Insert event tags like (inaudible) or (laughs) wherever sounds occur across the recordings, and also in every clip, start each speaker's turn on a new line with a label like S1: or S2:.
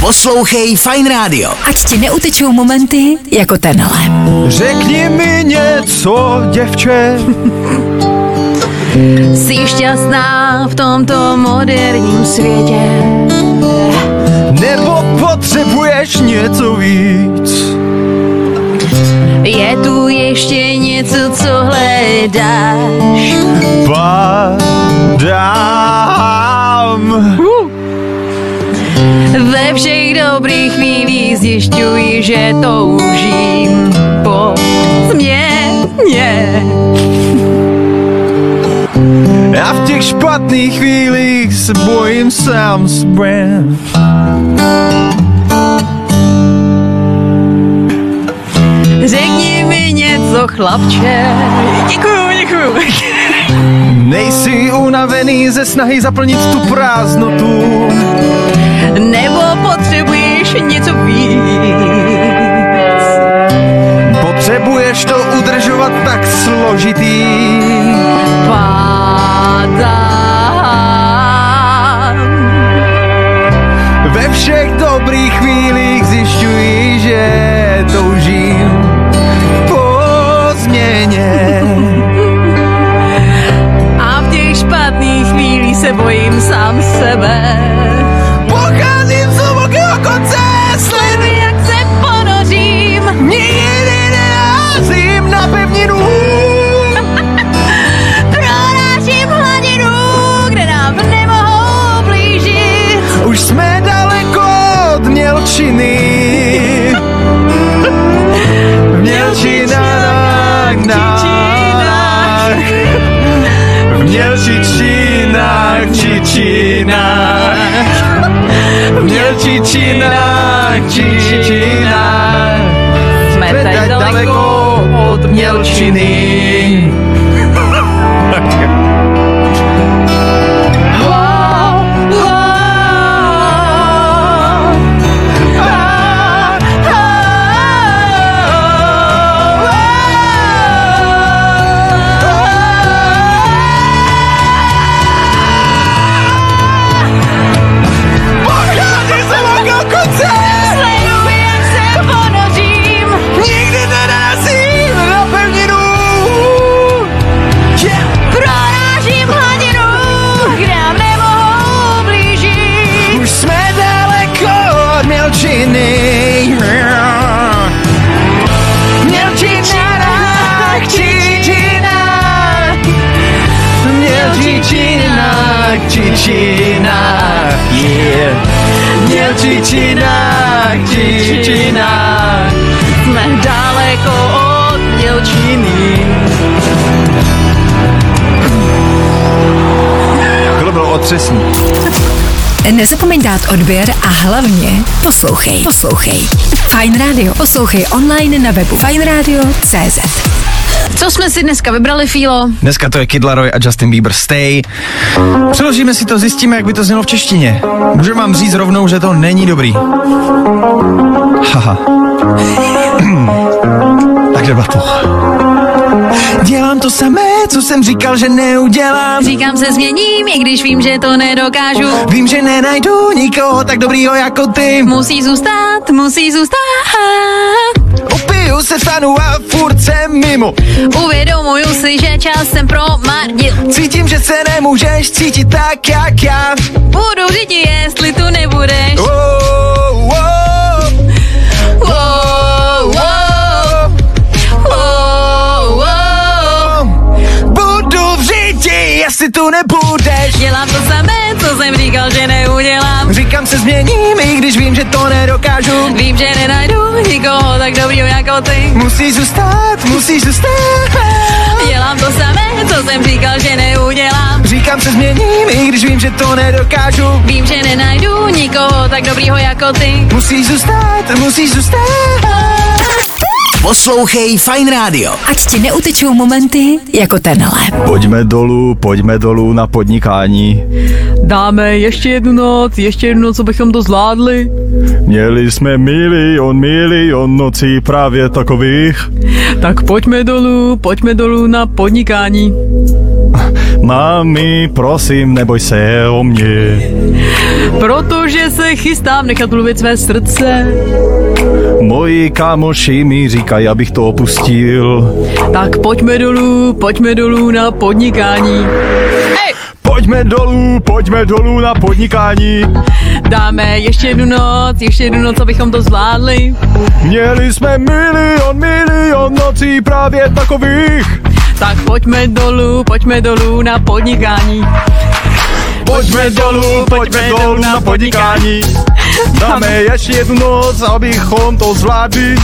S1: Poslouchej Fine Radio.
S2: Ať ti neutečou momenty jako tenhle.
S3: Řekni mi něco, děvče.
S4: Jsi šťastná v tomto moderním světě.
S3: Nebo potřebuješ něco víc?
S4: Je tu ještě něco, co hledáš.
S3: Padám.
S4: Ve všech dobrých chvílích zjišťuji, že toužím po změně.
S3: A v těch špatných chvílích se bojím sám sebe.
S4: Řekni mi něco, chlapče. Děkuju, děkuju.
S3: Nejsi unavený ze snahy zaplnit tu prázdnotu.
S4: Nebo potřebuješ něco víc.
S3: Potřebuješ to udržovat tak složitý.
S4: Padám.
S3: Ve všech dobrých chvílích zjišťuji, že toužím po změně.
S4: A v těch špatných chvílích se bojím sám sebe.
S3: Pocházím z hlubokého konce, sliny
S4: Sleduj, jak se ponořím.
S3: nikdy nerazím na pevninu.
S4: Prorážím hladinu, kde nám nemohou blížit.
S3: Už jsme daleko od Mělčiny. Mělčina, Mělčina, Mělčičinách, čičinách. V Mělčičinách, čičinách.
S4: Jsme
S3: Teď
S4: tak daleko od Mělčiny.
S3: Pocházím z velkého konce,
S4: Sleduj, jak se ponořím.
S3: nikdy nenarazím na pevninu. Yeah.
S4: Prorážím hladinu, kde nám nemohou blížit.
S3: Už jsme daleko od Mělčiny. Mělčinách, čičinách. Mělčičinách, čičinách. Yeah. Mělčičinách, čičinách.
S4: Jsme daleko od Mělčiny.
S3: Tohle bylo otřesný.
S2: Nezapomeň dát odběr a hlavně poslouchej. Poslouchej. Fine Radio. Poslouchej online na webu fineradio.cz
S4: Co jsme si dneska vybrali, Fílo?
S3: Dneska to je Kid Laroi a Justin Bieber Stay. Přeložíme si to, zjistíme, jak by to znělo v češtině. Můžu vám říct rovnou, že to není dobrý. Haha. (clears throat) tak jdeme na to. Dělám to samé, co jsem říkal, že neudělám.
S4: Říkám se změním, i když vím, že to nedokážu.
S3: Vím, že nenajdu nikoho tak dobrýho jako ty.
S4: Musí zůstat, musí zůstat.
S3: Opiju se stanu a furt jsem mimo.
S4: Uvědomuju si, že čas jsem promarnil.
S3: Cítím, že se nemůžeš cítit tak, jak já.
S4: Budu řídit, jestli tu nebudeš.
S3: Oh, oh.
S4: Wow, wow. Wow, wow.
S3: oh. Budu v říti, jestli tu nebudeš.
S4: Dělám to samé, co jsem říkal, že neudělám.
S3: Říkám se změním, i když vím, že to nedokážu.
S4: Vím, že nenajdu nikoho tak dobrýho jako ty.
S3: Musíš zůstat, musíš zůstat.
S4: Dělám to samé, co jsem říkal, že neudělám.
S3: Říkám se změním, i když vím, že to nedokážu.
S4: Vím, že nenajdu nikoho tak dobrýho jako ty.
S3: Musíš zůstat, musíš zůstat.
S1: Poslouchej Fine Radio.
S2: Ať ti neutečou momenty jako tenhle.
S5: Pojďme dolů, pojďme dolů na podnikání.
S6: Dáme ještě jednu noc, ještě jednu noc, abychom to zvládli.
S5: Měli jsme milion, milion nocí právě takových.
S6: Tak pojďme dolů, pojďme dolů na podnikání.
S5: Mami, prosím, neboj se o mě.
S6: Protože se chystám nechat mluvit své srdce,
S5: Moji kámoši mi říkají, abych to opustil.
S6: tak pojďme dolů, pojďme dolů na podnikání.
S5: Pojďme dolů, pojďme dolů na podnikání.
S6: Dáme ještě jednu noc, ještě jednu noc, abychom to zvládli.
S5: Měli jsme milion, milion nocí právě takových.
S6: Tak pojďme dolů, pojďme dolů na podnikání.
S5: Pojďme dolů, pojďme dolů na podnikání. Dáme (laughs) ještě jednu noc, abychom to zvládli.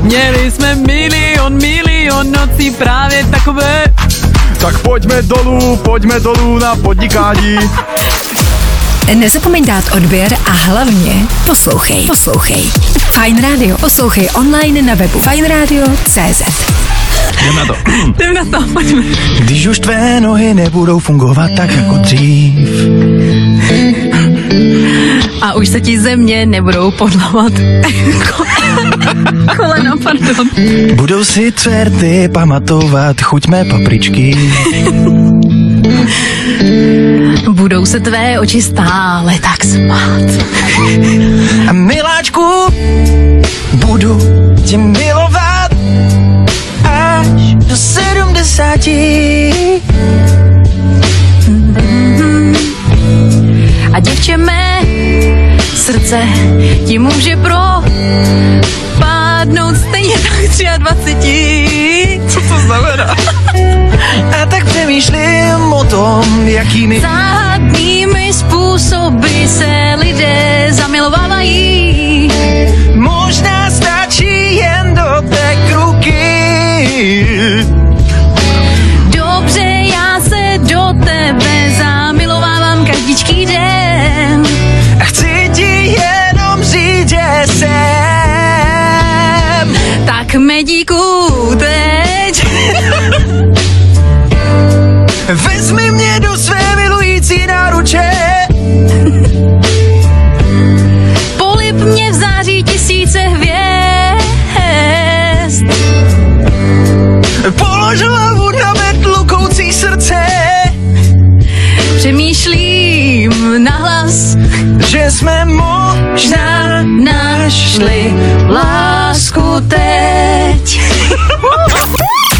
S6: Měli jsme milion, milion nocí právě takové.
S5: Tak pojďme dolů, pojďme dolů na podnikání.
S2: Nezapomeň dát odběr a hlavně poslouchej. Poslouchej. Fajn Radio. Poslouchej online na webu fajnradio.cz
S3: Jdem na to.
S6: Jdem na to, pojďme.
S3: Když už tvé nohy nebudou fungovat tak jako dřív,
S4: A už se ti země nebudou podlamat. Kolena, pardon.
S3: budou si čerty pamatovat chuť mé papričky.
S4: Budou se tvé oči stále tak smát.
S3: A miláčku, budu tě milovat až do sedmdesáti.
S4: A děvče mé srdce ti může propadnout stejně tak 23.
S3: Co to znamená? A tak přemýšlím o tom, jakými
S4: Záhadnými způsoby se lidé zamilovávají.
S3: možná stačí jen do té ruky.
S4: Dobře, já se do tebe zamilovávám každý den.
S3: A chci ti jenom říct, že jsem.
S4: Tak medíku teď. (laughs)
S3: Vezmi mě do své milující náruče.
S4: Polip mě v září tisíce hvězd.
S3: Polož hlavu na metlu koucí srdce,
S4: Přemýšlím nahlas,
S3: že jsme možná
S4: našli
S3: (laughs)
S4: lásku teď.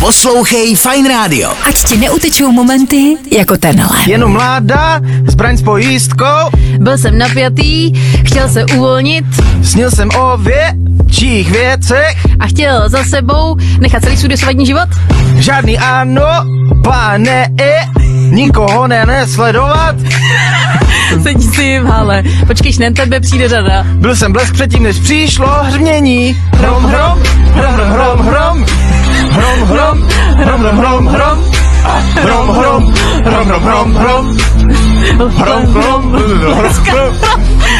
S1: Poslouchej Fine Radio.
S2: Ať ti neutečou momenty jako tenhle.
S3: jenom mláda, zbraň s pojistkou,
S4: Byl jsem napjatý, chtěl se uvolnit
S3: snil jsem o větších věcech,
S4: a chtěl za sebou nechat celý svůj dosavadní život.
S3: žádný ano, pane, e, nikoho ne, nesledovat,
S6: Sedí si v hale. Počkej, ne, tebe přijde řada.
S3: byl jsem blesk předtím, než přišlo hřmění, hrom, hrom, hrom, hrom, hrom, hrom, hrom, hrom, hrom, hrom, hrom, hrom, hrom, hrom, hrom, hrom, hrom, hrom, hrom, hrom, hrom, hrom,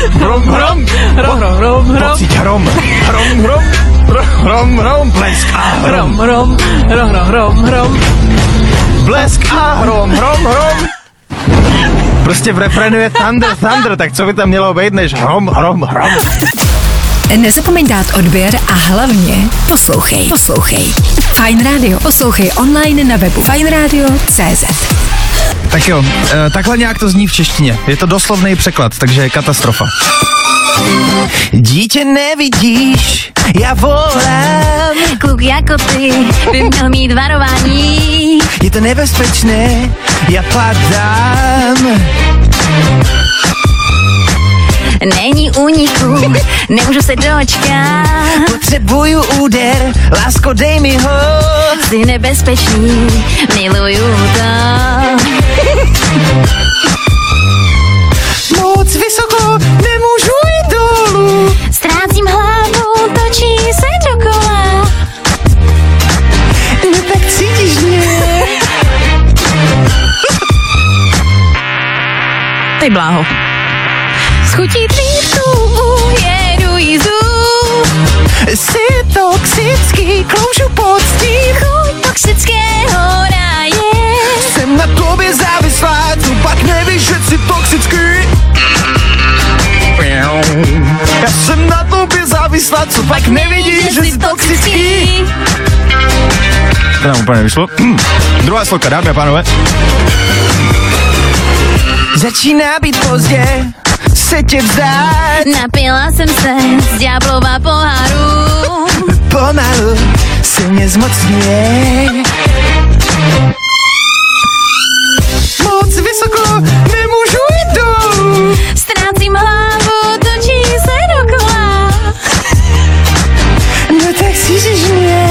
S6: Hrom, hrom, hrom, hrom.
S3: pocit hrom, hrom, hrom, hrom, hrom, blesk a hrom,
S6: Hrom, hrom, hrom, hrom, hrom, hrom.
S3: blesk a hrom, hrom, hrom. Prostě v refrénu je Thunder, Thunder, tak co by tam mělo být než hrom, hrom, hrom.
S2: Nezapomeň dát odběr a hlavně poslouchej. Poslouchej. Fajn Radio. Poslouchej online na webu fajnradio.cz
S3: Tak jo, eh, takhle nějak to zní v češtině. Je to doslovný překlad, takže je katastrofa. Dítě nevidíš, já volám,
S4: Kluk jako ty by měl mít varování.
S3: je to nebezpečné, já padám.
S4: Není úniku, nemůžu se dočkat.
S3: Potřebuju úder, lásko dej mi ho.
S4: Jsi nebezpečný, miluju to.
S3: Moc vysoko nemůžu jít dolů.
S4: Ztrácím hlavu, točí se dokola.
S3: No tak cítíš mě.
S6: Ty bláho.
S4: S chutí dřívku ujedu jízdu.
S3: Jsi toxický, kloužu pod stín.
S4: Chuť toxického ráje.
S3: Jsem na tobě závislá, co pak nevíš, že jsi toxický. Já jsem na tobě závislá, co pak nevidíš, že jsi toxický. To nám úplně vyšlo.
S5: Druhá sloka, dámy a pánové.
S3: Začíná být pozdě, se tě vzdát
S7: Napila jsem se z ďáblova poháru.
S3: pomalu, se mě zmocňuje. Moc vysoko nemůžu jít dolů.
S7: Ztrácím hlavu, točí se dokola.
S3: No tak cítíš mě.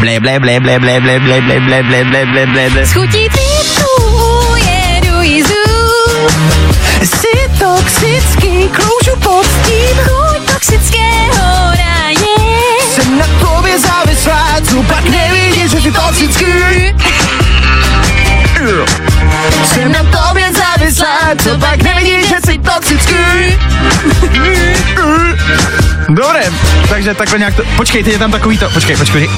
S3: Ble, ble, ble, ble, ble, ble, ble, ble, ble, ble, ble, ble, ble, ble.
S7: S chutí cítku ujedu jízdu.
S3: Jsi toxický, kloužu pod tím.
S7: Chuť toxického ráje.
S3: Jsem na tobě závislá, co pak nevidíš, že jsi toxický. Jsem na tobě závislá, co pak nevidíš, že jsi toxický.
S5: Dobré, takže takhle nějak to... Počkej, teď je tam takový to... Počkej, počkej.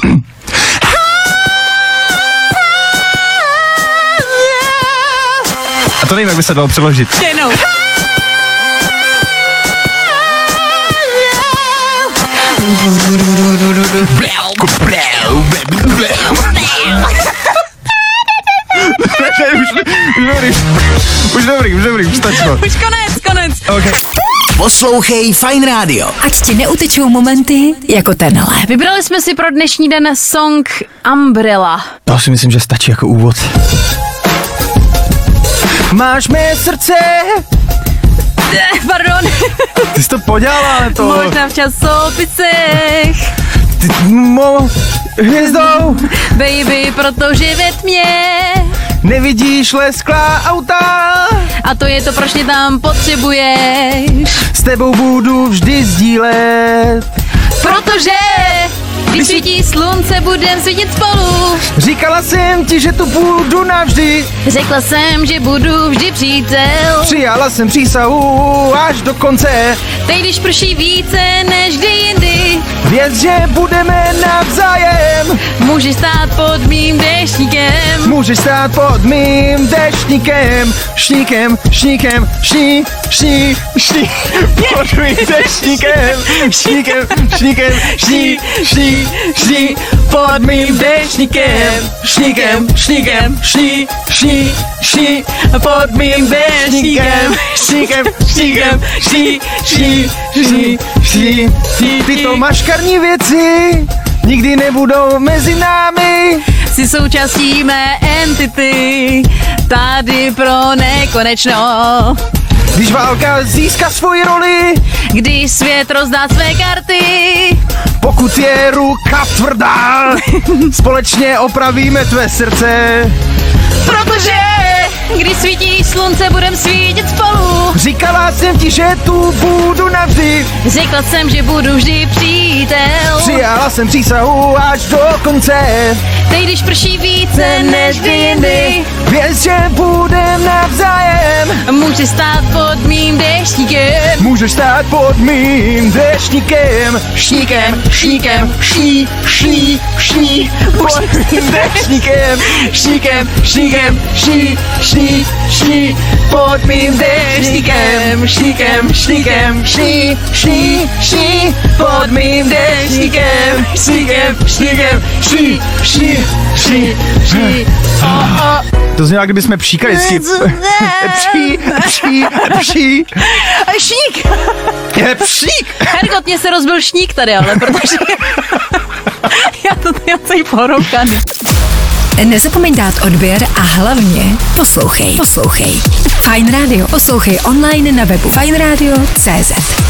S5: A to nevím, jak by se dalo přeložit.
S6: Jenom.
S5: Ne, ne, už, už dobrý, už dobrý, už dobrý, už stačilo.
S6: Už konec, konec.
S5: Okay.
S1: Poslouchej Fine Radio.
S2: Ať ti neutečou momenty jako tenhle.
S4: Vybrali jsme si pro dnešní den song Umbrella.
S5: To si myslím, že stačí jako úvod.
S3: Máš mé srdce,
S4: Pardon,
S5: Ty jsi to podělala, ale to...
S4: možná v časopisech,
S5: Ty, mo,
S3: hvězdou,
S4: baby, protože ve tmě.
S3: nevidíš lesklá auta,
S4: A to je to, proč mě tam potřebuješ.
S3: s tebou budu vždy sdílet.
S4: Protože když svítí slunce, budem svítit spolu.
S3: Říkala jsem ti, že tu budu navždy,
S4: Řekla jsem, že budu vždy přítel.
S3: přijala jsem přísahu až do konce.
S4: Teď, když prší více než kdy jindy,
S3: Věc, že budeme navzájem,
S4: můžeš stát pod mým deštníkem.
S3: můžeš stát pod mým deštníkem, šníkem, šníkem, šní, šní, šní, pod mým deštníkem, šníkem, šníkem, šní, šní, šní, pod mým deštníkem, šníkem, šníkem, šní, šní, šní, pod mým deštníkem, šníkem, šníkem, šní, šní, šní, šní, šní. Tyto maškarní věci nikdy nebudou mezi námi.
S4: Jsi součástí mé entity, tady pro nekonečno.
S3: Když válka získá svoji roli,
S4: Když svět rozdá své karty,
S3: pokud je ruka tvrdá,
S4: (laughs)
S3: společně opravíme tvé srdce.
S4: protože když svítí slunce, budem svítit spolu.
S3: Říkala jsem ti, že tu budu navždy,
S4: Řekla jsem, že budu vždy přítel.
S3: přijala jsem přísahu až do konce.
S4: Teď, když prší více než kdy jindy,
S3: Věz, že budem navzájem,
S4: můžeš stát pod mým deštníkem.
S3: můžeš stát pod mým deštníkem. Šníkem, šníkem, šní, šní, šní, pod mým deštníkem. Šníkem, šníkem, šní, šní, šní, pod mým deštníkem. Šníkem, šníkem, šní, šní, šní, pod mým deštníkem. Šníkem, šníkem, šní, šní, šní, šní.
S4: Hm.
S5: to znělo, jak kdyby jsme pšíkali vždycky. (laughs) Pší, pší, pší.
S4: A šník!
S5: Je pšík.
S4: Hergot, mě se rozbil šník tady, ale (laughs) protože... já to tady jsem poroukaný.
S2: Nezapomeň dát odběr a hlavně poslouchej. Poslouchej. Fine Radio. Poslouchej online na webu fineradio.cz.